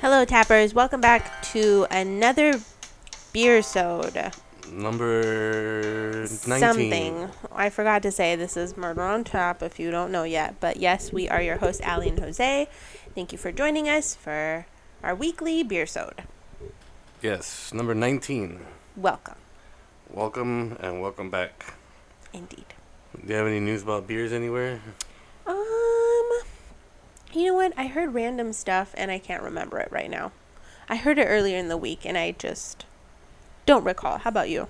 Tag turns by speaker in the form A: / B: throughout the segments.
A: Hello, Tappers. Welcome back to another beer soda.
B: Number 19.
A: Something. I forgot to say this is Murder on Tap if you don't know yet. But yes, we are your hosts, Allie and Jose. Thank you for joining us for our weekly beer soda.
B: Yes, number 19.
A: Welcome.
B: Welcome and welcome back.
A: Indeed.
B: Do you have any news about beers anywhere?
A: Um, you know what? I heard random stuff and I can't remember it right now. I heard it earlier in the week and I just don't recall. How about you?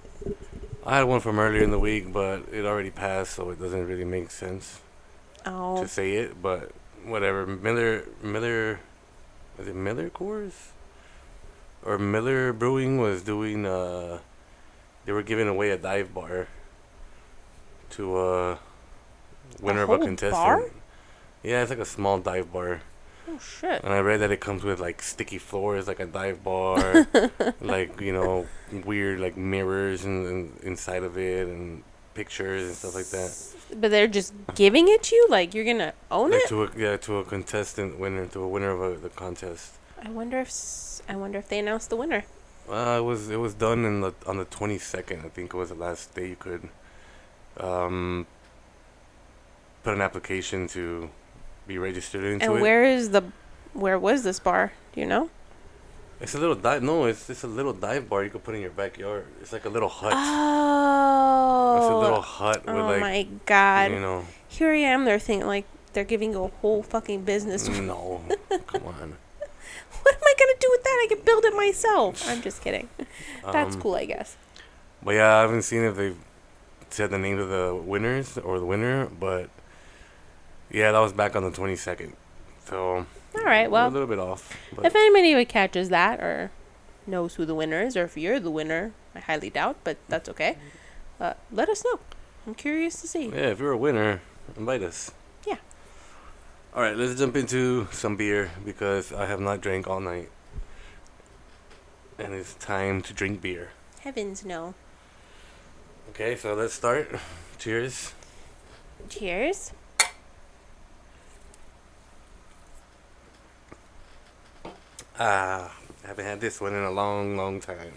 B: I had one from earlier in the week, but it already passed, so it doesn't really make sense
A: Oh,
B: to say it, but whatever. Miller, Miller, is it Miller Coors? Or Miller Brewing was doing, uh, they were giving away a dive bar to, uh, winner of a
A: whole
B: contestant.
A: bar?
B: Yeah, it's like a small dive bar.
A: oh shit.
B: And I read that it comes with like sticky floors, like a dive bar, like you know, weird like mirrors and, and inside of it, and pictures and stuff like that.
A: But they're just giving it to you? Like you're going to own
B: Like
A: it?
B: to a yeah, to a contestant winner, to a winner of a, the contest.
A: I wonder if s- I wonder if they announced the winner.
B: Uh, it was it was done in the on the twenty second. I think it was the last day you could, um, put an application to be registered into
A: and
B: it.
A: where is the where was this bar? Do you know?
B: It's a little dive. No, it's it's a little dive bar you could put in your backyard. It's like a little hut.
A: Oh.
B: It's a little hut with
A: oh
B: like
A: my god.
B: you know.
A: Here I am. They're thinking like they're giving you a whole fucking business.
B: No, come on.
A: what am I gonna do with that? I can build it myself. I'm just kidding. That's
B: Um,
A: cool, I guess.
B: But yeah, I haven't seen if they've said the name of the winners or the winner. But yeah, that was back on the twenty second. So
A: All right.
B: a
A: Well,
B: little bit off. But
A: if anybody would catches that or knows who the winner is, or if you're the winner, I highly doubt, but that's okay. Uh, let us know. I'm curious to see.
B: yeah, if you're a winner, invite us.
A: Yeah.
B: All right, let's jump into some beer because I have not drank all night, and it's time to drink beer.
A: Heavens no.
B: Okay, so let's start. Cheers.
A: Cheers.
B: Ah, I haven't had this one in a long, long time.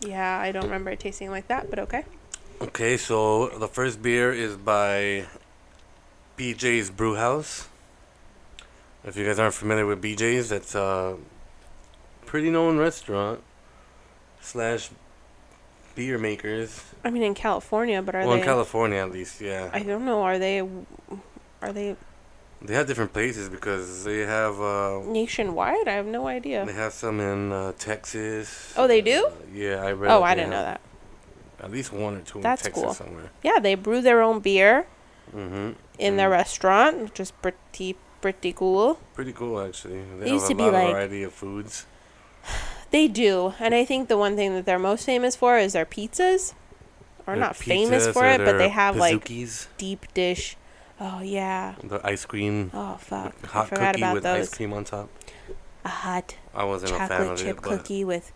A: Yeah, I don't remember it tasting like that, but okay.
B: Okay, so the first beer is by BJ's Brewhouse. If you guys aren't familiar with BJ's, that's a pretty known restaurant slash beer makers.
A: I mean, in California, but are
B: well,
A: they?
B: in California at least, yeah.
A: I don't know. Are they? Are they
B: they have different places because they have uh,
A: nationwide? I have no idea.
B: they have some in uh, Texas.
A: Oh, they do?
B: Uh, yeah, I read.
A: Oh,
B: that
A: I
B: they
A: didn't know
B: have
A: that.
B: At least one or two
A: That's
B: in Texas
A: cool.
B: somewhere.
A: Yeah, they brew their own beer
B: hmm
A: in their restaurant, which is pretty pretty cool.
B: Pretty cool, actually. They
A: It used
B: have
A: to be
B: a lot
A: like-
B: of variety of foods.
A: They do, and I think the one thing that they're most famous for is their pizzas. Or
B: Their
A: not famous
B: pizzas
A: for
B: or
A: it, but
B: their
A: they have like
B: Pizookies,
A: deep dish. Oh yeah.
B: the ice cream,
A: Oh fuck. I
B: hot
A: forgot
B: cookie
A: about
B: with
A: those.
B: ice cream on top.
A: A hot
B: I wasn't a fan
A: chocolate
B: of
A: chip
B: it, but
A: cookie with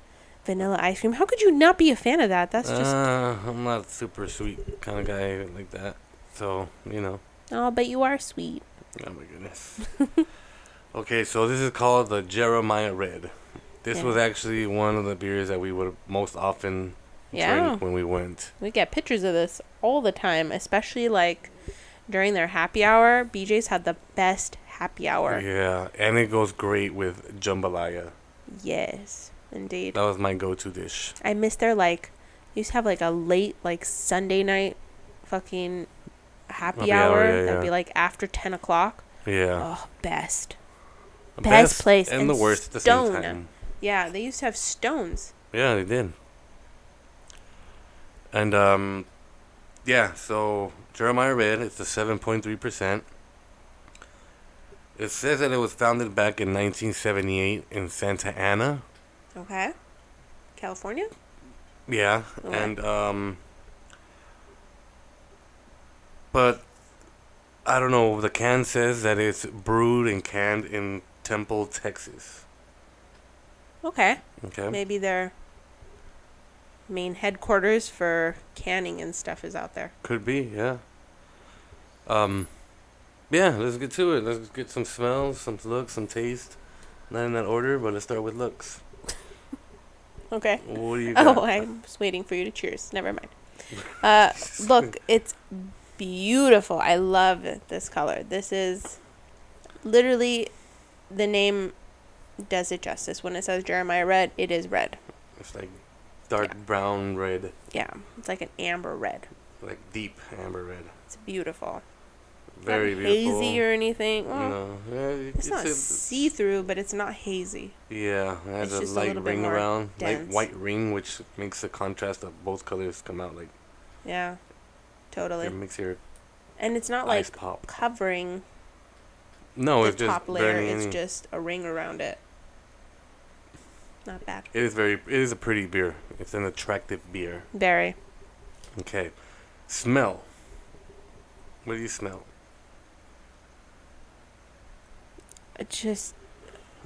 A: vanilla ice cream. How could you not be a fan of that? That's just
B: uh, I'm not a super sweet kind of guy like that. So you know,
A: Oh, but you are sweet.
B: oh my goodness. okay, so this is called the Jeremiah Red. This
A: Yeah.
B: was actually one of the beers that we would most often
A: Yeah.
B: drink when we went.
A: We get pictures of this all the time, especially like during their happy hour. BJ's had the best happy hour.
B: Yeah, and it goes great with jambalaya.
A: Yes, indeed.
B: That was my go-to dish.
A: I miss their like they used to have like a late like Sunday night fucking happy,
B: Happy
A: hour.
B: hour, yeah,
A: That'd
B: yeah.
A: be like after ten o'clock.
B: Yeah.
A: Oh, best.
B: The
A: Best place
B: and
A: and
B: the worst at the
A: stone.
B: same time.
A: Yeah, they used to have stones.
B: Yeah, they did. And um, yeah. So Jeremiah Red, it's a seven point three percent. It says that it was founded back in 1978 in Santa Ana.
A: Okay. California?
B: Yeah,
A: Okay.
B: and um, but I don't know. The can says that it's brewed and canned in Temple, Texas.
A: Okay.
B: Okay.
A: Maybe their main headquarters for canning and stuff is out there.
B: Could be, yeah. Um, yeah, let's get to it. Let's get some smells, some looks, some taste. Not in that order, but let's start with looks.
A: Okay.
B: What do you got?
A: Oh, I'm just waiting for you to cheers. Never mind. Uh, look, it's beautiful. I love this color. This is literally the name does it justice. When it says Jeremiah red, it is red.
B: It's like dark brown red,
A: Yeah, it's like an amber red.
B: like deep amber red.
A: It's beautiful.
B: Very
A: not
B: beautiful.
A: hazy or anything. Well,
B: No, yeah, it-
A: It's, not
B: a-
A: see through, but it's not hazy.
B: Yeah, it has
A: It's just a
B: a light
A: little bit
B: ring
A: more
B: around, light
A: dense.
B: white ring, which makes the contrast of both colors come out like
A: Yeah, totally.
B: it makes your
A: And it's not
B: eyes
A: like
B: pop.
A: covering the
B: No, Oh, it's just
A: top layer.
B: barely
A: It's
B: any-
A: just a ring around it. Not bad.
B: It is very. It is a pretty beer. It's an attractive beer.
A: Very.
B: Okay, smell. What do you smell?
A: It's Just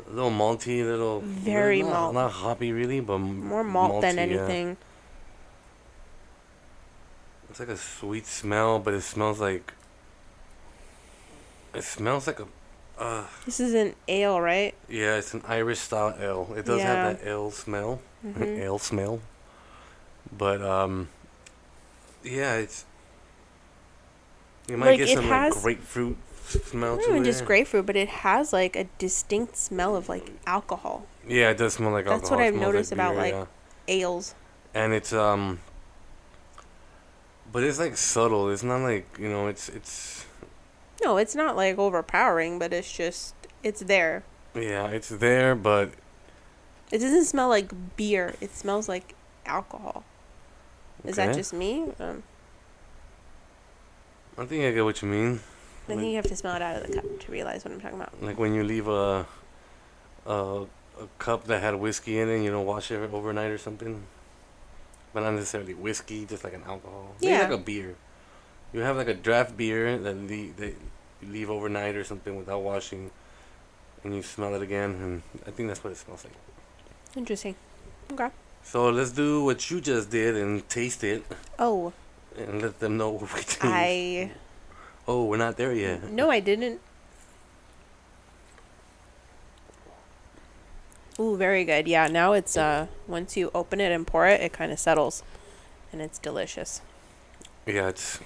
B: A little malty, little
A: Very
B: not,
A: malt.
B: Not hoppy really, but m-
A: more malt than
B: malty, yeah.
A: anything.
B: It's like a sweet smell, but it smells like. It smells like a. Uh,
A: This is an ale, right?
B: yeah, it's an Irish style ale. It does
A: Yeah.
B: have that ale smell,
A: Mhm.
B: ale smell. But um, yeah, it's. You might
A: Like,
B: get
A: it
B: some
A: has-
B: like grapefruit s- smell
A: Not
B: to
A: even
B: it.
A: just grapefruit, but it has like a distinct smell of like alcohol.
B: yeah, it does smell like
A: That's
B: alcohol.
A: what
B: It
A: I've
B: smells like
A: noticed about,
B: beer,
A: like,
B: yeah.
A: Ales.
B: and it's um but it's like subtle it's not like you know it's it's
A: No, it's not like overpowering, but it's just it's there.
B: yeah it's there but
A: It doesn't smell like beer. It smells like alcohol. Is that
B: okay.
A: just me? Um,
B: i think i get what you mean
A: I think you have to smell it out of the cup to realize what I'm talking about.
B: like when you leave a a, a cup that had whiskey in it and you don't wash it overnight or something but not necessarily whiskey just like an alcohol Maybe
A: Yeah.
B: like a beer you have like a draft beer that, le- that you leave overnight or something without washing and you smell it again and i think that's what it smells like
A: Interesting. Okay.
B: So let's do what you just did and taste it
A: Oh,
B: and let them know what we taste.
A: I
B: Oh, we're not there yet.
A: no, I didn't. Ooh, very good. Yeah, now it's uh once you open it and pour it, it kind of settles, and it's delicious.
B: Yeah, it's,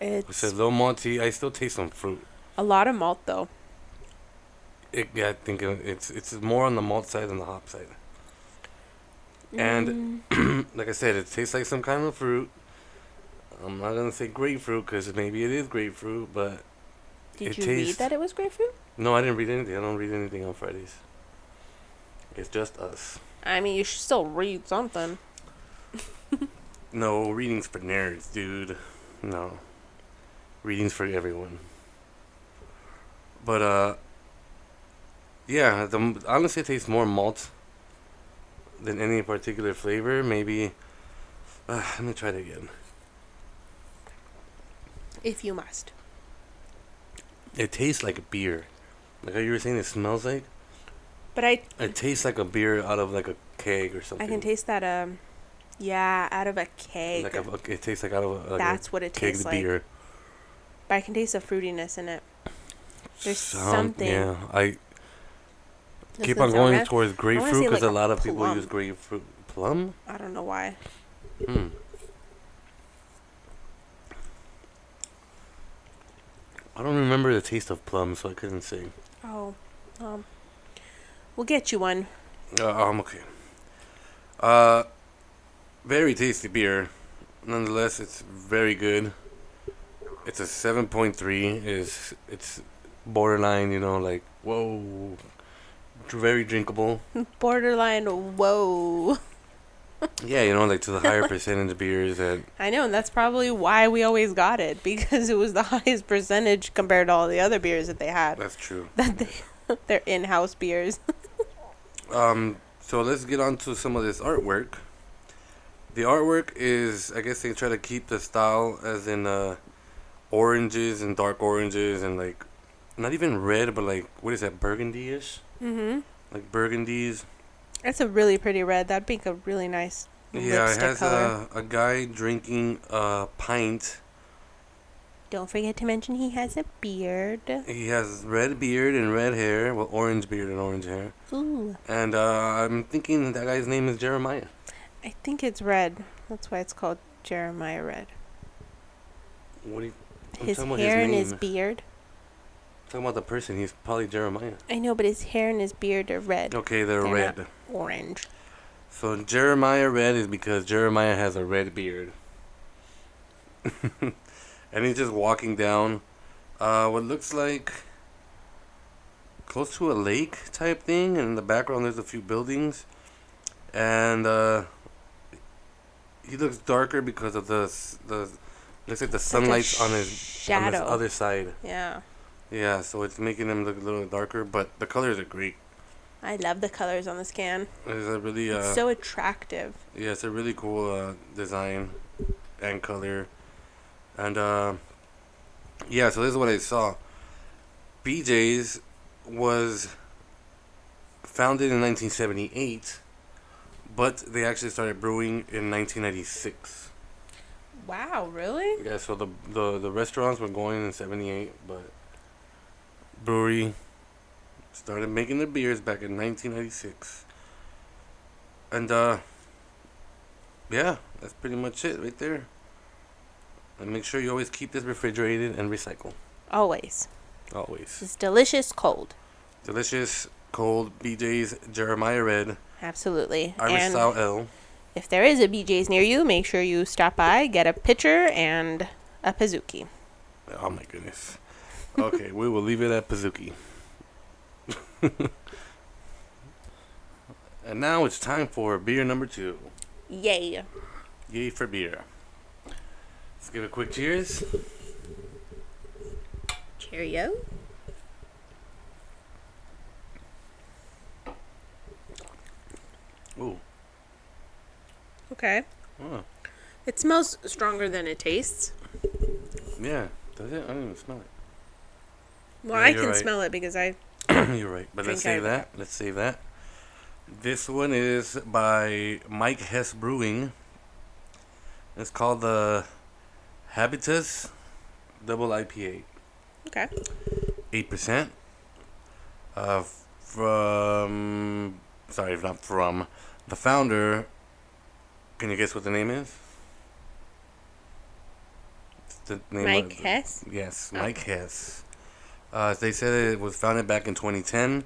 B: it's a
A: It's
B: little malty. I still taste some fruit.
A: a lot of malt though.
B: It, yeah, I think it- it's it's more on the malt side than the hop side.
A: Mm.
B: And- like I said, it tastes like some kind of fruit. I'm not gonna say grapefruit because maybe it is grapefruit, but
A: did
B: it
A: you read
B: tastes-
A: that it was grapefruit?
B: no, I didn't read anything. I don't read anything on Fridays. It's just us.
A: I mean, you should still read something.
B: No readings for nerds, dude. No. Readings for everyone. But uh yeah, the honestly it tastes more malt than any particular flavor. Maybe uh, let me try it again.
A: If you must.
B: It tastes like a beer. Like how you were saying it smells like?
A: But I
B: It tastes like a beer out of like a keg or something.
A: I can taste that um yeah, out of a keg.
B: like a, it tastes like out of a, like a
A: That's what it
B: keg
A: tastes like.
B: beer.
A: But I can taste the fruitiness in it. There's
B: Some-
A: something.
B: Yeah, I
A: Doesn't
B: Keep on
A: sound
B: going
A: bad.
B: towards grapefruit
A: say,
B: because
A: like,
B: a
A: a
B: lot of people
A: plum.
B: use grapefruit plum.
A: I don't know why.
B: Hmm. I don't remember the taste of plum, so I couldn't say.
A: Oh. Um We'll get you one.
B: Uh, I'm okay. Uh, very tasty beer. Nonetheless, it's very good. It's a seven point three. Is it's borderline, you know, like whoa, very drinkable.
A: Borderline whoa.
B: Yeah, you know, like to the higher percentage beers that
A: I know, and that's probably why we always got it, because it was the highest percentage compared to all the other beers that they had.
B: that's true.
A: That they their in house beers.
B: Um, so let's get on to some of this artwork. The artwork is, I guess they try to keep the style as in uh, oranges and dark oranges and like, not even red, but like, what is that, burgundy ish?
A: Mm-hmm.
B: Like burgundies.
A: That's a really pretty red. That'd make a really nice
B: Yeah, it
A: lipstick
B: has
A: color.
B: a, a guy drinking a pint
A: Don't forget to mention he has a beard.
B: He has red beard and red hair. Well, orange beard and orange hair.
A: Ooh,
B: And uh, I'm thinking that guy's name is Jeremiah.
A: I think it's red. That's why it's called Jeremiah Red.
B: What do you I'm
A: His
B: talking about
A: hair and his
B: name.
A: beard.
B: talking about the person? He's probably Jeremiah.
A: I know, but his hair and his beard are red,
B: Okay, they're,
A: They're
B: red.
A: orange.
B: So Jeremiah red is because Jeremiah has a red beard. and he's just walking down uh, what looks like close to a lake type thing. And in the background, there's a few buildings. And uh, he looks darker because of the s- the looks like
A: Like
B: the
A: a
B: sunlight's on his on
A: shadow.
B: his other side.
A: Yeah,
B: Yeah, so it's making him look a little darker, but the colors are great.
A: I love the colors on this can.
B: It's a really uh,
A: It's so attractive.
B: Yeah, it's a really cool uh, design and color. And uh, yeah, so this is what I saw. BJ's was founded in 1978, but they actually started brewing in 1996.
A: Wow, really?
B: Yeah, so the the, the restaurants were going in 78, but brewery started making their beers back in 1996. And uh yeah, that's pretty much it right there. And make sure you always keep this refrigerated and recycle.
A: Always.
B: Always.
A: It's delicious cold.
B: Delicious cold BJ's Jeremiah Red
A: Absolutely.
B: Irish
A: and
B: Style L.
A: if there is a BJ's near you, make sure you stop by, get a pitcher and a Pazuki.
B: Oh my goodness. Okay, we will leave it at Pazuki. and now it's time for beer number two.
A: Yay.
B: Yay for beer. Let's give a quick cheers.
A: Cheerio.
B: Ooh.
A: Okay.
B: Oh,
A: It smells stronger than it tastes.
B: yeah. Does it? I don't even smell it.
A: Well,
B: Yeah,
A: I
B: you're
A: can
B: right.
A: smell it because I.
B: You're right. But
A: Drink
B: let's save
A: out
B: that. Let's save that. This one is by Mike Hess Brewing. It's called the Habitus Double IPA.
A: Okay.
B: eight percent. Uh, from sorry, not from the founder. Can you guess what the name is? It's The name
A: Mike
B: of-
A: Hess?
B: Yes,
A: Oh.
B: Mike Hess. Uh, they said it was founded back in 2010,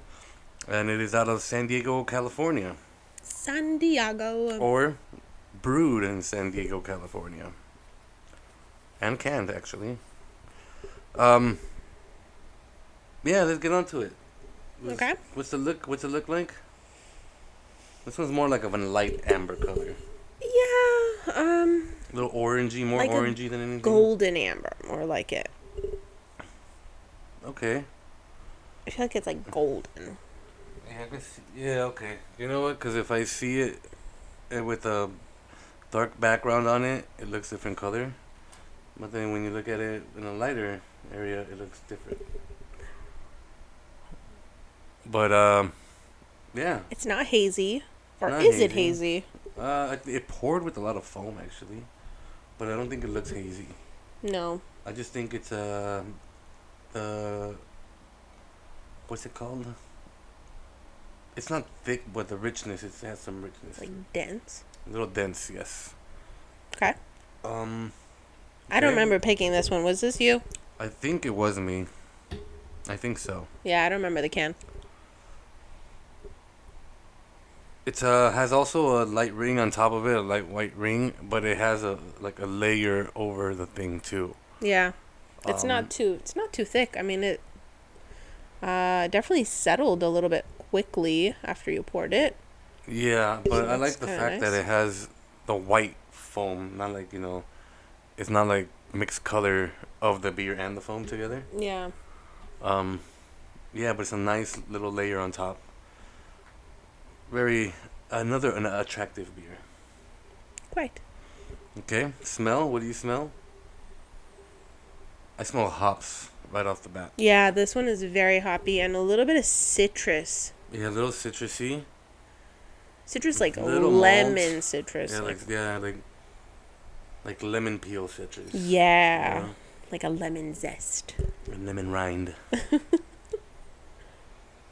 B: and it is out of San Diego, California,
A: San Diego.
B: or brewed in San Diego, California, and canned actually. Um. Yeah, let's get on to it. What's-
A: Okay.
B: What's the look? What's it look like? This one's more like of a light amber color,
A: Yeah. Um.
B: a little orangey, more
A: Like a
B: orangey than anything.
A: Golden amber, more like it.
B: Okay.
A: I feel like it's like golden.
B: Yeah, I can see- yeah, okay. You know what? Because if I see it, it with a dark background on it, it looks different color. But then when you look at it in a lighter area, it looks different. But um, yeah,
A: It's not hazy, or
B: Not
A: is it
B: hazy.
A: hazy?
B: uh, it- it poured with a lot of foam actually, but I don't think it looks hazy.
A: No.
B: I just think it's uh, the what's it called? It's not thick, but the richness it has some richness.
A: Like dense.
B: a little dense, yes.
A: Okay.
B: Um,
A: I don't
B: Okay.
A: remember picking this one. Was this you?
B: I think it was me. I think so.
A: Yeah, I don't remember the can.
B: It uh, has also a light ring on top of it, a light white ring, but it has a like a layer over the thing too.
A: Yeah. It's
B: Um,
A: not too. It's not too thick. I mean, it. Uh, definitely settled a little bit quickly after you poured it.
B: Yeah, but I
A: that's
B: like the
A: kinda
B: fact that
A: nice.
B: it has the white foam, not like you know, it's not like mixed color of the beer and the foam together.
A: Yeah.
B: Um, yeah, but it's a nice little layer on top. Very another an attractive beer.
A: Quite.
B: Okay, smell. What do you smell? I smell hops right off the bat.
A: Yeah, this one is very hoppy and a little bit of citrus.
B: Yeah, a little citrusy.
A: Citrus like
B: Little
A: lemon
B: malt.
A: citrus.
B: Yeah,
A: like-
B: like yeah, like like lemon peel citrus.
A: yeah.
B: you know?
A: like a lemon zest.
B: And lemon rind.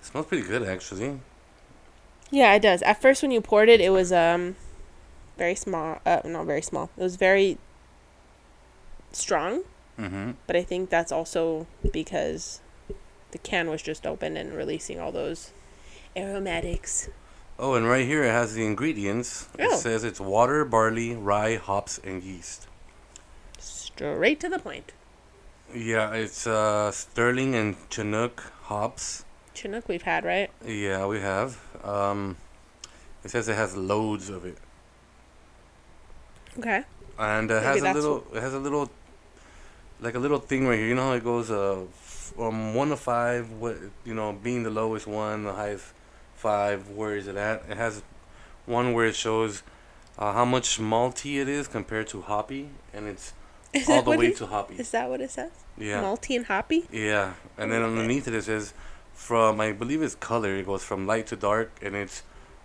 B: smells pretty good, actually.
A: Yeah, it does. At first, when you poured it, it was um, very small. Uh, not very small. It was very strong,
B: Mm-hmm.
A: but I think that's also because the can was just open and releasing all those aromatics.
B: Oh, and right here it has the ingredients. It
A: Oh.
B: says it's water, barley, rye, hops, and yeast.
A: Straight to the point.
B: Yeah, it's uh, Sterling and Chinook hops.
A: Chinook we've had, right?
B: Yeah, we have. Um, it says it has loads of it,
A: Okay.
B: and it
A: Maybe
B: has a
A: that's
B: little. It has a little, like a little thing right here. You know how it goes uh, from one to five. What you know, being the lowest one, the highest five. Where is it at? It has one where it shows uh, how much malty it is compared to hoppy, and it's
A: Is
B: all
A: that
B: the
A: what
B: way
A: it-
B: to hoppy.
A: Is that what it says?
B: Yeah.
A: Malty and hoppy?
B: Yeah, and then
A: Okay.
B: underneath it it says, from I believe it's color. It goes from light to dark, and it's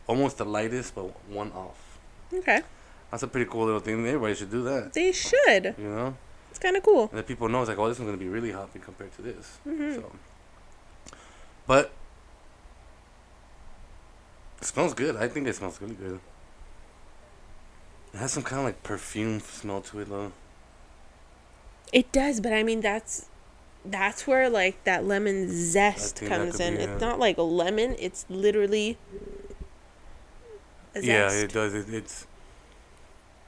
B: almost the lightest, but one off.
A: Okay.
B: That's a pretty cool little thing. Everybody should do that.
A: They should.
B: You know,
A: It's kind of cool.
B: and then people know it's like, oh, this one's gonna be really hoppy compared to this.
A: Mhm.
B: So, but it smells good. I think it smells really good. It has some kind of like perfume smell to it though.
A: It does, but I mean that's that's where like that lemon zest
B: think that
A: comes
B: could
A: in.
B: be, yeah.
A: It's not like a lemon, it's literally a zest.
B: Yeah, it does. It, it's.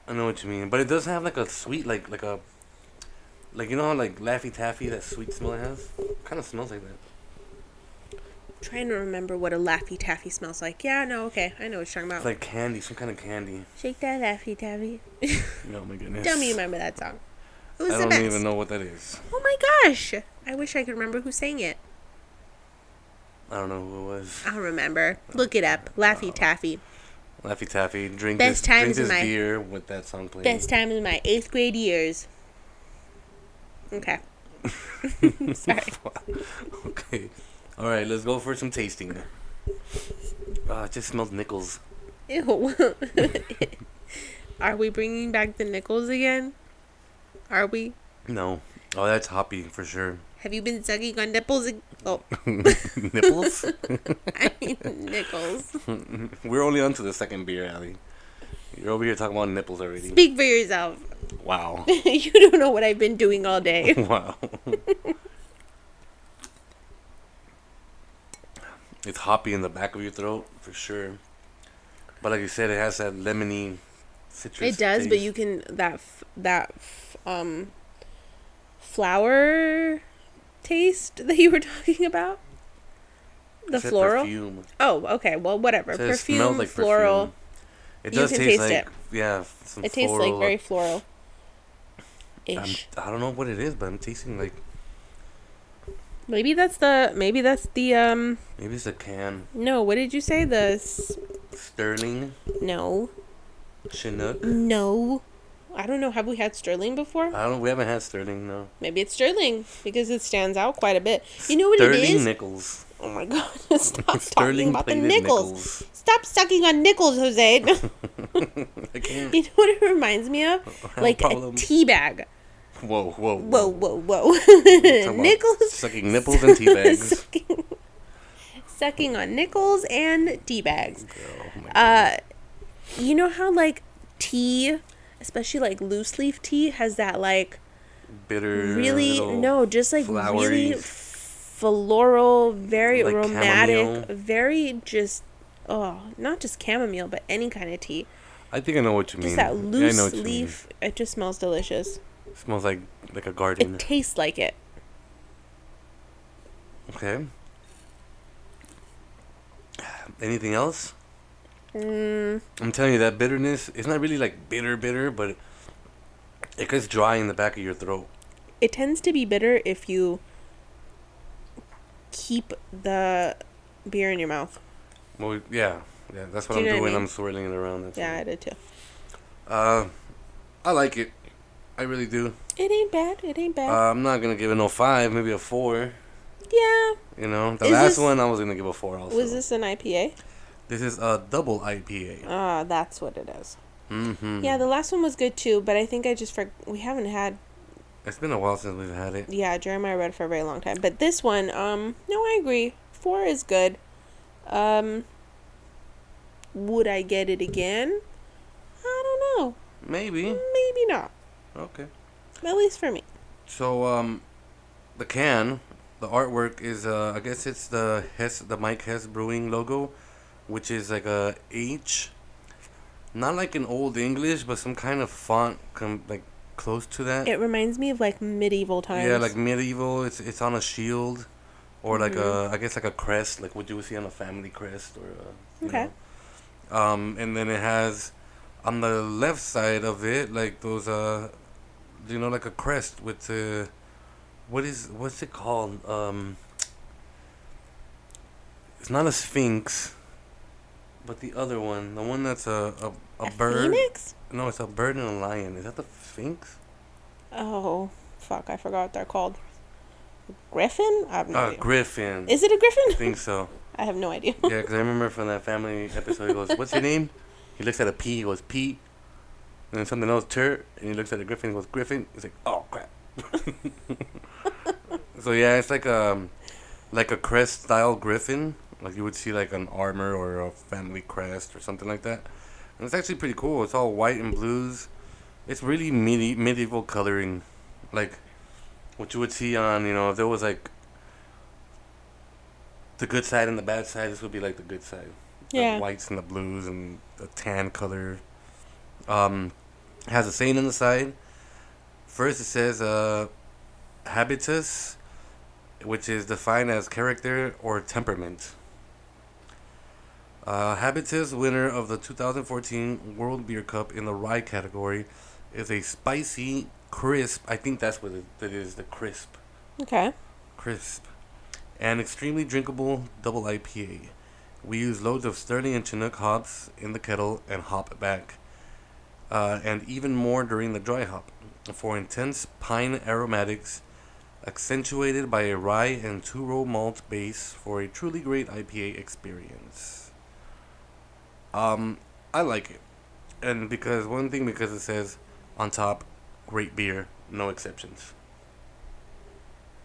B: I know what you mean, but it does have like a sweet, like like a, like you know how like Laffy Taffy that sweet smell it has. Kind of smells like that.
A: trying to remember what a Laffy Taffy smells like. Yeah, no, okay. I know what you're talking about.
B: It's like candy, some kind of candy.
A: Shake that Laffy Taffy.
B: Oh my goodness.
A: Tell me you remember that song. It was
B: I
A: the
B: don't
A: best.
B: even know what that is.
A: Oh my gosh. I wish I could remember who sang it.
B: I don't know who it was.
A: I'll remember. Look it up. Laffy Taffy.
B: Laffy Taffy. Drink
A: Best
B: this, drink
A: times in
B: this
A: my-
B: beer with that song playing.
A: Best time in my eighth grade years. Okay. Sorry.
B: okay. All right, let's go for some tasting. Ah, it just smells nickels.
A: Ew. Are we bringing back the nickels again? Are we?
B: No. Oh, that's hoppy for sure.
A: Have you been sucking on nipples? ag- Oh,
B: Nipples?
A: I mean nickels.
B: We're only on to the second beer, Allie. You're over here talking about nipples already.
A: Speak for yourself.
B: Wow.
A: you don't know what I've been doing all day.
B: wow. it's hoppy in the back of your throat, for sure. But like you said, it has that lemony citrus.
A: It does, but you
B: taste.
A: can that f- that f- um flower taste that you were talking about. The
B: It said
A: floral.
B: Perfume.
A: Oh, okay. Well, whatever.
B: It says it
A: perfume,
B: smells like
A: floral.
B: perfume. It
A: You
B: does
A: can
B: taste,
A: taste
B: like,
A: it.
B: yeah, some
A: It tastes
B: floral,
A: like very floral. Ish.
B: I'm, I don't know what it is, but I'm tasting like
A: Maybe that's the maybe that's the um
B: maybe it's a can
A: no, what did you say? The s-
B: Sterling
A: no.
B: Chinook.
A: No. I don't know. Have we had sterling before?
B: I don't. We haven't had Sterling no.
A: Maybe it's sterling because it stands out quite a bit. You know what
B: Sterling
A: it is?
B: nickels.
A: oh my god. Stop talking
B: Sterling
A: about the
B: plated
A: nickels. Stop sucking on nickels, Jose. No,
B: I can't.
A: you know what it reminds me of? Like a
B: problem.
A: tea bag.
B: Whoa, whoa,
A: Whoa, whoa, whoa.
B: Talk about
A: nickels
B: Sucking nipples and tea bags.
A: sucking, sucking on nickels and tea bags.
B: Oh my
A: Uh, you know how like tea, especially like loose leaf tea, has that like
B: bitter.
A: really
B: little-
A: no, just like really
B: flowery.
A: floral, very
B: Like
A: aromatic,
B: chamomile.
A: very just oh, not just chamomile, but any kind of tea.
B: I think I know what you
A: Just
B: mean.
A: that
B: Yeah, I know
A: loose
B: what you mean.
A: leaf. It just smells delicious.
B: smells like like
A: It
B: a garden.
A: tastes like it.
B: okay. Anything else?
A: Mm,
B: I'm telling you that bitterness. It's not really like bitter, bitter, but it gets dry in the back of your throat.
A: it tends to be bitter if you keep the beer in your mouth.
B: Well, yeah, yeah. That's what
A: Do
B: I'm
A: you know what I
B: doing. I
A: mean?
B: am swirling it around. That's
A: Yeah, I
B: all.
A: did too.
B: Uh, I like it. I really do.
A: It ain't bad. It ain't bad.
B: Uh, I'm not gonna give it no five, maybe a four.
A: yeah.
B: You know, the
A: Is
B: last
A: this-
B: one I was gonna give a four. Also,
A: Was this an IPA?
B: This is a double IPA.
A: Ah, that's what it is.
B: Mm-hmm.
A: Yeah, the last one was good too, but I think I just for we haven't had
B: It's been a while since we've had it.
A: Yeah, Jeremiah read for a very long time. But this one, um, no, I agree. Four is good. Um, would I get it again? I don't
B: Maybe.
A: know. Maybe not.
B: Okay.
A: At least for me.
B: So um, the can, the artwork is uh, I guess it's the Hess, the Mike Hess Brewing logo, which is like a H, not like an old English, but some kind of font com- like close to that.
A: It reminds me of like medieval times.
B: Yeah, like medieval. It's it's on a shield, or like
A: Mm-hmm.
B: a I guess like a crest, like what you would see on a family crest, or a, you
A: Okay.
B: know. Um, and then it has on the left side of it like those uh, you know, like a crest with uh, what is what's it called? Um, it's not a sphinx, but the other one, the one that's a a, a,
A: a
B: bird.
A: phoenix.
B: No, it's a bird and a lion. Is that the sphinx?
A: Oh fuck! I forgot what they're called. Griffin? I have no
B: Uh,
A: idea.
B: griffin.
A: Is it a
B: I
A: griffin?
B: think so.
A: I have no idea.
B: Yeah, because I remember from that family episode, he goes, What's your name? He looks at a P, he goes, P. And then something else, Tur. And he looks at a Griffin, he goes, Griffin. He's like, Oh, crap. so, yeah, it's like a, like a crest style Griffin. Like you would see, like an armor or a family crest or something like that. And it's actually pretty cool. It's all white and blues. It's really medi- medieval coloring. Like what you would see on, you know, if there was like the good side and the bad side, this would be like the good side
A: Yeah.
B: the whites and the blues and the tan color. Um, has a saying on the side. First, it says uh, habitus, which is defined as character or temperament. Uh, habitus, winner of the 2014 World Beer Cup in the rye category, is a spicy, crisp. I think that's what it, that is the crisp
A: Okay.
B: crisp, and extremely drinkable double IPA. We use loads of Sterling and Chinook hops in the kettle and hop back, uh, and even more during the dry hop, for intense pine aromatics, accentuated by a rye and two row malt base for a truly great IPA experience. Um, I like it, and because one thing because it says on top, great beer, no exceptions.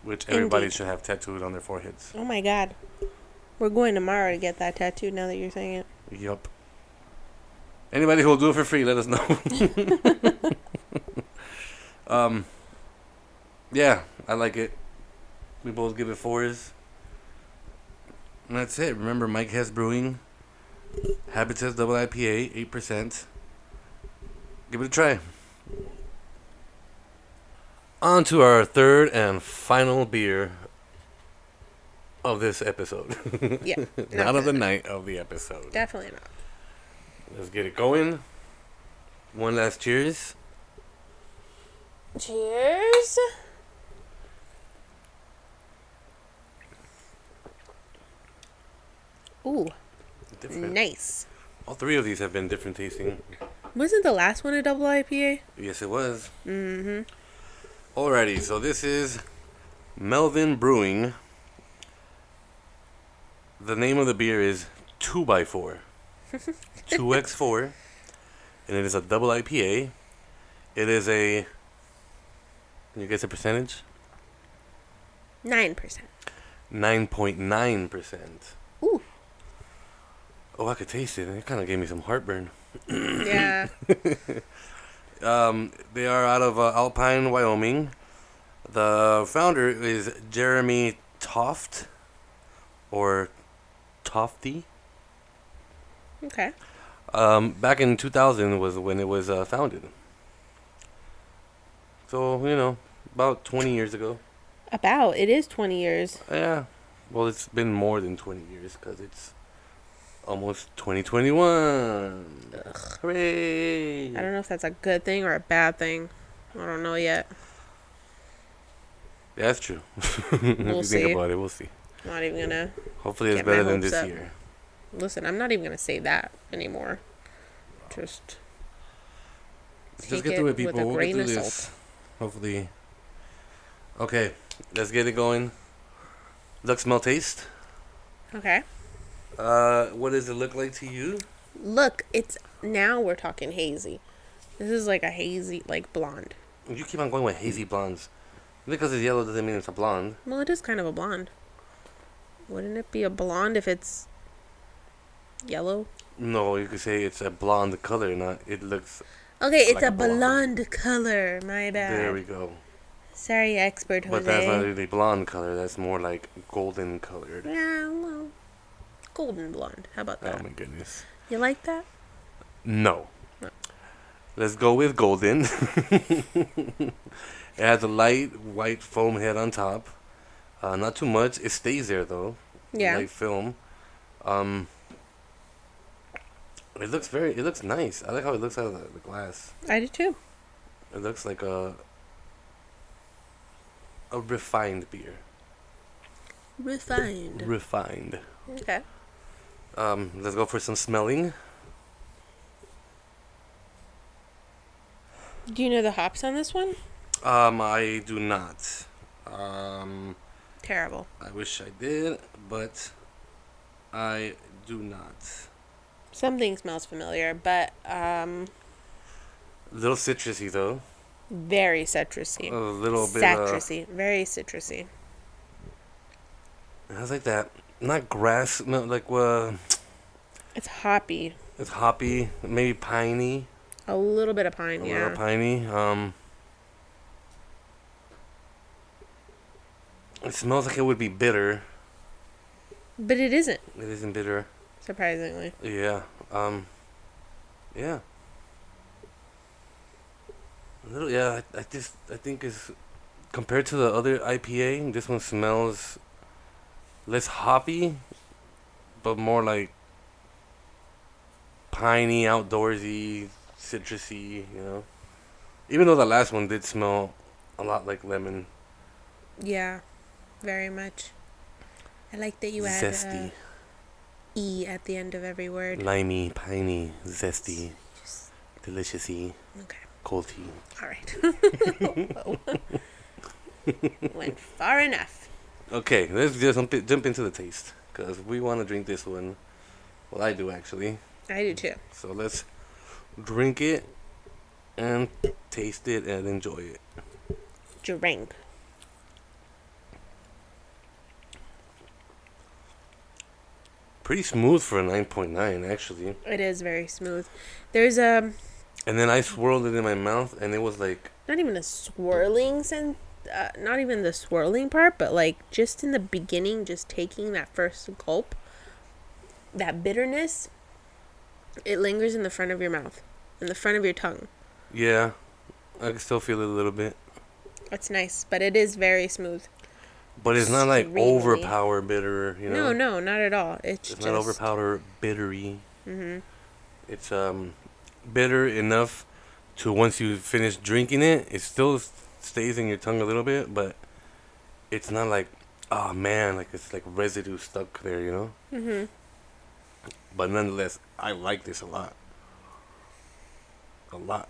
B: Which everybody
A: Indeed.
B: should have tattooed on their foreheads.
A: Oh my god. We're going tomorrow to get that tattoo. Now that you're saying it.
B: Yup. Anybody who will do it for free, let us know. um, yeah, I like it. We both give it fours. And that's it. Remember, Mike Hess Brewing, Habitus Double IPA, 8%. Give it a try. On to our third and final beer of this episode.
A: Yeah.
B: Not of the night, of the episode.
A: Definitely not.
B: Let's get it going. One last cheers.
A: Cheers. Ooh,
B: Different.
A: nice.
B: All three of these have been different tasting.
A: Wasn't the last one a double IPA?
B: Yes, it was.
A: Mm-hmm.
B: Alrighty, so this is Melvin Brewing. The name of the beer is 2x4. 2x4. And it is a double IPA. It is a. Can you guess the percentage?
A: Nine percent.
B: 9.9%.
A: Ooh.
B: Oh, I could taste it. It kind of gave me some heartburn.
A: Yeah.
B: Um, they are out of uh, Alpine, Wyoming. The founder is Jeremy Toft, or Tofty.
A: okay.
B: Um, back in 2000 was when it was uh, founded. So you know, about 20 years ago.
A: About it is twenty years.
B: Yeah. Well, it's been more than 20 years because it's almost 2021. Hooray!
A: I don't know if that's a good thing or a bad thing. I don't know yet.
B: Yeah, that's true. if you
A: see.
B: think about it, we'll see.
A: not even gonna
B: Hopefully, it's
A: Get my
B: better than
A: hopes
B: this
A: up.
B: year.
A: listen. I'm not even gonna say that anymore. Just
B: Just
A: Take
B: get
A: it
B: through it,
A: with
B: people.
A: a
B: We'll get
A: grain
B: through
A: of
B: this. Hopefully. Okay, let's get it going. Look, smell, taste.
A: okay.
B: Uh, what does it look like to you?
A: Look, it's now we're talking hazy. This is like a hazy, like blonde.
B: You keep on going with hazy blondes. Because it's yellow doesn't mean it's a blonde.
A: Well, it is kind of a blonde. Wouldn't it be a blonde if it's yellow?
B: No, you could say it's a blonde color, not it looks.
A: Okay, it's
B: Like
A: a
B: a blonde.
A: blonde color. My bad.
B: There we go.
A: Sorry, expert Jose.
B: But that's not really blonde color. That's more like golden colored.
A: Yeah, well, golden blonde. How about
B: Oh
A: that?
B: my goodness.
A: You like that?
B: No.
A: No.
B: Let's go with golden. it has a light white foam head on top. Uh, not too much. It stays there though.
A: Yeah.
B: Like film. Um. It looks very. It looks nice. I like how it looks out of the, the glass.
A: I do too.
B: It looks like a. A refined beer.
A: Refined.
B: Refined.
A: okay.
B: Um, let's go for some smelling.
A: Do you know the hops on this one?
B: Um, I do not. Um,
A: Terrible.
B: I wish I did, but I do not.
A: Something smells familiar, but um,
B: A little citrusy though.
A: very citrusy.
B: A little bit. Uh,
A: citrusy. Very citrusy.
B: it has like that. Not grass. No, like uh,
A: It's hoppy.
B: it's hoppy. Maybe piney.
A: A little bit of pine.
B: A
A: yeah.
B: little piney. Um. It smells like it would be bitter.
A: But it isn't
B: It isn't bitter.
A: surprisingly.
B: Yeah. Um. Yeah. A little. Yeah. I, I just. I think is compared to the other IPA, this one smells less hoppy, but more like piney, outdoorsy, citrusy. You know. Even though the last one did smell a lot like lemon
A: Yeah, very much. I like that you add
B: zesty, Mm.
A: uh, e at the end of every word.
B: limey, piney, zesty,
A: Just-
B: deliciousy,
A: okay,
B: cold tea.
A: all right. Went far enough.
B: Okay, let's just jump, jump into the taste because we want to drink this one. Well, I do actually.
A: I do too.
B: So let's drink it and taste it and enjoy it.
A: Drink.
B: Pretty smooth for a 9.9 actually.
A: It is very smooth. There's um, a
B: And then I swirled it in my mouth and it was like
A: not even a swirling sen Uh, not even the swirling part, but like just in the beginning, just taking that first gulp, that bitterness, it lingers in the front of your mouth, in the front of your tongue.
B: yeah, I can still feel it a little bit,
A: It's nice, but it is very smooth.
B: but it's not like
A: Extremely.
B: overpower bitter. You know,
A: No, no, not at all. It's, just
B: it's not overpower bittery.
A: hmm
B: It's um bitter enough to once you finish drinking it, it still s- stays in your tongue a little bit, but it's not like oh man, like it's like residue stuck there, you know.
A: hmm
B: But nonetheless, I like this a lot, a lot.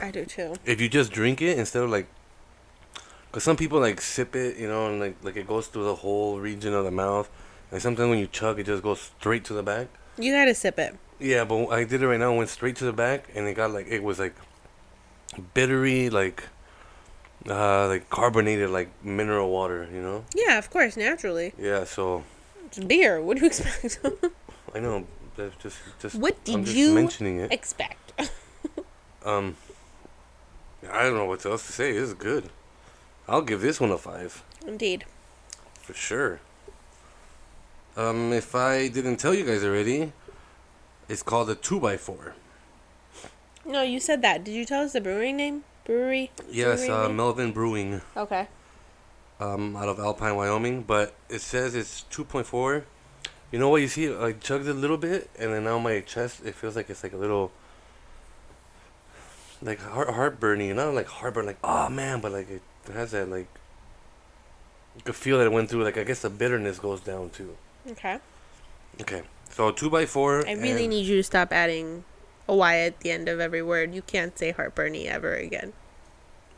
A: I do too.
B: If you just drink it instead of like, cause some people like sip it, you know, and like like it goes through the whole region of the mouth, and sometimes when you chug, it just goes straight to the back.
A: You gotta sip it.
B: Yeah, but I did it right now. Went straight to the back, and it got like it was like bittery, like uh, like carbonated, like mineral water. You know?
A: Yeah, of course, naturally.
B: Yeah. So
A: It's beer. What do you expect?
B: I know. That's just just.
A: What
B: I'm
A: did
B: just
A: you
B: mentioning it?
A: expect.
B: Um, I don't know what else to say. This is good. I'll give this one a five
A: Indeed.
B: for sure. Um, if I didn't tell you guys already, it's called a two by four.
A: No, you said that. Did you tell us the brewing name? Brewery?
B: Yes,
A: Brewery
B: uh,
A: name?
B: Melvin Brewing.
A: Okay.
B: um, out of Alpine, Wyoming, but it says it's 2.4. You know what you see? I chugged it a little bit, and then now my chest, it feels like it's like a little, like heart, heartburning. Not like heartburn, like, oh man, but like it has that, like, you could feel that it went through. Like, I guess the bitterness goes down too.
A: Okay.
B: Okay, so 2x4.
A: I really
B: and-
A: need you to stop adding a Y at the end of every word. You can't say heartburny ever again.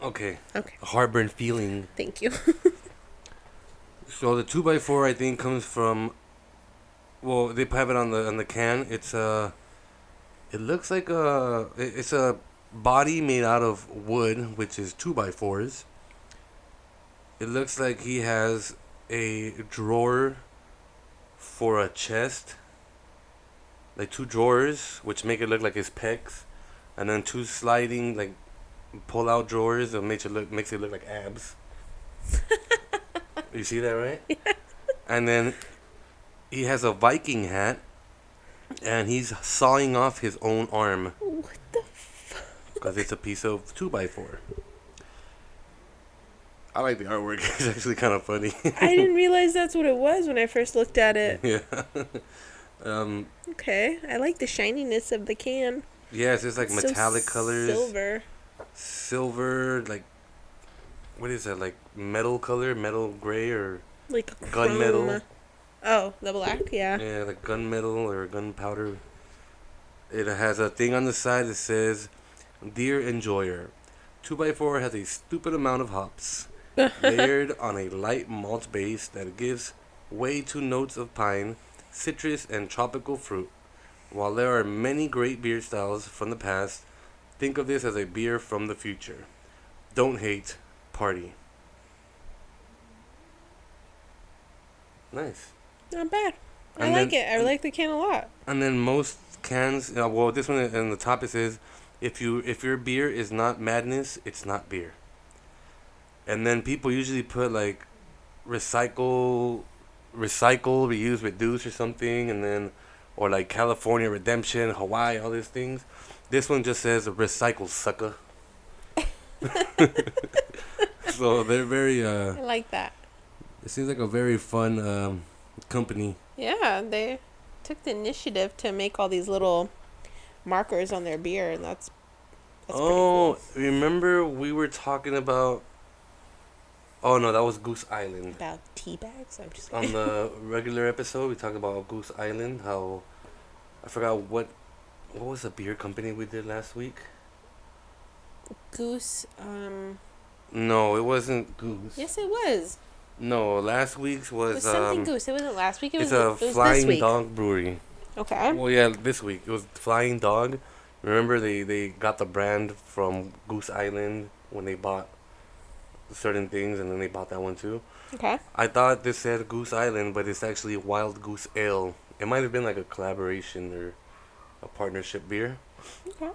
B: Okay,
A: Okay.
B: heartburn feeling.
A: Thank you.
B: So the two by four I think comes from well they have it on the on the can. It's uh It looks like a. it- It's a body made out of wood, which is two by fours. It looks like he has a drawer for a chest, like two drawers, which make it look like his pecs, and then two sliding like pull-out drawers that makes it look makes it look like abs. you see that right? And then he has a Viking hat, and he's sawing off his own arm
A: What the?
B: because it's a piece of two by four. I like the artwork. It's actually kind of funny.
A: I didn't realize that's what it was when I first looked at it.
B: yeah. Um,
A: Okay, I like the shininess of the can.
B: yes, it's like
A: It's so
B: metallic colors, silver.
A: Silver.
B: like what is that? Like metal color, metal gray, or
A: like a
B: Gunmetal.
A: chrome. Oh, the black, yeah.
B: yeah, like gunmetal or gunpowder. It has a thing on the side that says, "Dear enjoyer, two by four has a stupid amount of hops." layered on a light malt base that gives way to notes of pine, citrus, and tropical fruit. While there are many great beer styles from the past, think of this as a beer from the future. Don't hate, party. Nice.
A: Not bad. I
B: And
A: like
B: then-
A: it. I like the can a lot.
B: And then most cans, uh, well, this one in the top it says, if you if your beer is not madness, it's not beer. And then people usually put like recycle, recycle, reuse, reduce, or something, and then or like California Redemption, Hawaii, all these things. This one just says recycle sucker. so they're very. uh
A: I like that.
B: It seems like a very fun um, company.
A: Yeah, they took the initiative to make all these little markers on their beer, and that's, that's
B: oh, remember we were talking about? Oh no, that was Goose
A: pretty
B: Island.
A: cool. About tea bags. I'm just
B: On
A: kidding.
B: the regular episode, we talked about Goose Island. How I forgot what what was the beer company we did last week.
A: Goose. Um.
B: No, it wasn't Goose.
A: Yes, it was.
B: No, last week's
A: It
B: was,
A: was something
B: um,
A: goose. It wasn't last week. It was,
B: it's a
A: it was this
B: Flying
A: week.
B: Dog Brewery.
A: Okay.
B: Well, yeah, this week it was Flying Dog. Remember they they got the brand from Goose Island when they bought certain things, and then they bought that one too.
A: Okay.
B: I thought this said Goose Island, but it's actually Wild Goose Ale. It might have been like a collaboration or a partnership beer,
A: Okay.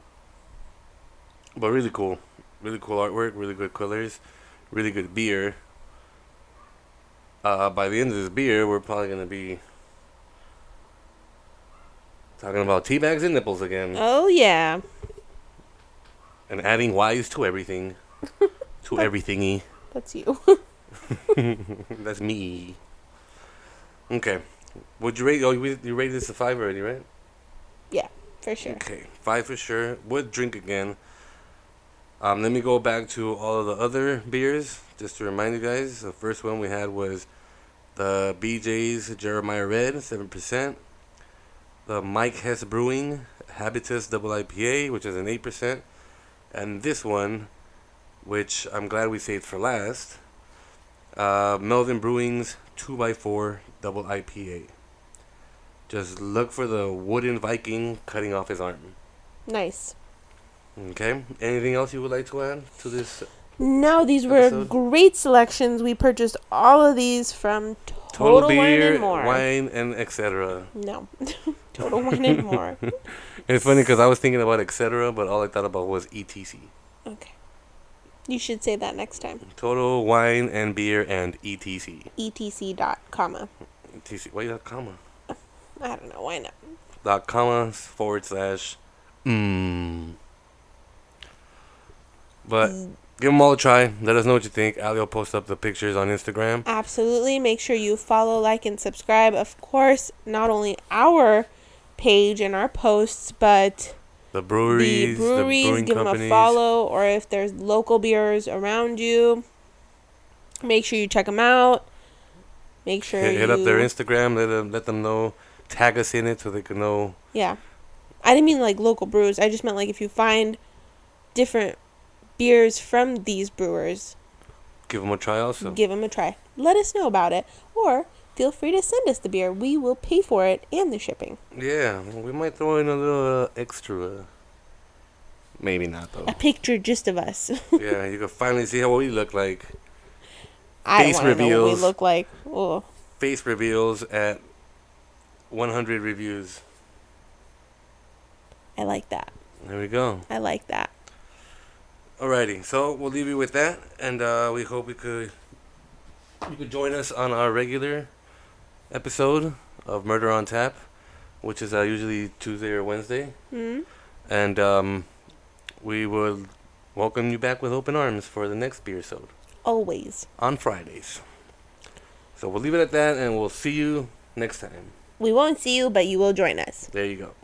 B: but really cool. Really cool artwork, really good colors, really good beer. Uh, by the end of this beer, we're probably going to be talking about tea bags and nipples again
A: Oh yeah.
B: and adding Y's to everything. to everythingy.
A: That's you.
B: That's me. Okay. Would you rate? Oh, you you rated this a five already, right?
A: For sure.
B: Okay, five for sure. Would drink again. Um, let me go back to all of the other beers just to remind you guys. The first one we had was the BJ's Jeremiah Red, seven percent. The Mike Hess Brewing Habitus Double IPA, which is an eight percent, and this one, which I'm glad we saved for last. Uh, Melvin Brewing's two x four Double IPA. Just look for the wooden Viking cutting off his arm.
A: Nice.
B: Okay. Anything else you would like to add to this
A: No, these were
B: Episode.
A: great selections. We purchased all of these from Total,
B: total,
A: Wine
B: beer,
A: and More.
B: wine, and etc.
A: No, Total Wine and More.
B: It's funny because I was thinking about etc. But all I thought about was E etc.
A: Okay, you should say that next time.
B: Total wine and beer and E etc.
A: Etc. Dot comma.
B: etc. Wait, dot comma.
A: I don't know why not.
B: Dot comma forward slash. Mmm. But give them all a try. Let us know what you think. Ali will post up the pictures on Instagram.
A: Absolutely. Make sure you follow, like, and subscribe. Of course, not only our page and our posts, but
B: The breweries,
A: the breweries.
B: brewing
A: give them a
B: companies.
A: follow, or if there's local beers around you, make sure you check them out. Make sure
B: Hit, hit up their
A: you-
B: Instagram. Let them let them know. Tag us in it so they can know.
A: Yeah. I didn't mean like local brews. I just meant like if you find different beers from these brewers,
B: Give them a try also.
A: give them a try. Let us know about it. Or feel free to send us the beer. We will pay for it and the shipping.
B: Yeah, we might throw in a little uh, extra. Maybe not though.
A: A picture just of us.
B: yeah, you can finally see how we look like.
A: I
B: Face
A: want to know what we
B: reveals.
A: look like. Oh,
B: Face reveals at 100 reviews.
A: I like that.
B: There we go.
A: I like that.
B: Alrighty, so we'll leave you with that, and uh, we hope you could you could join us on our regular episode of Murder on Tap, which is uh, usually Tuesday or Wednesday,
A: Hmm.
B: and um, we will welcome you back with open arms for the next beer sode
A: Always.
B: on Fridays. So we'll leave it at that, and we'll see you next time.
A: We won't see you, but you will join us.
B: There you go.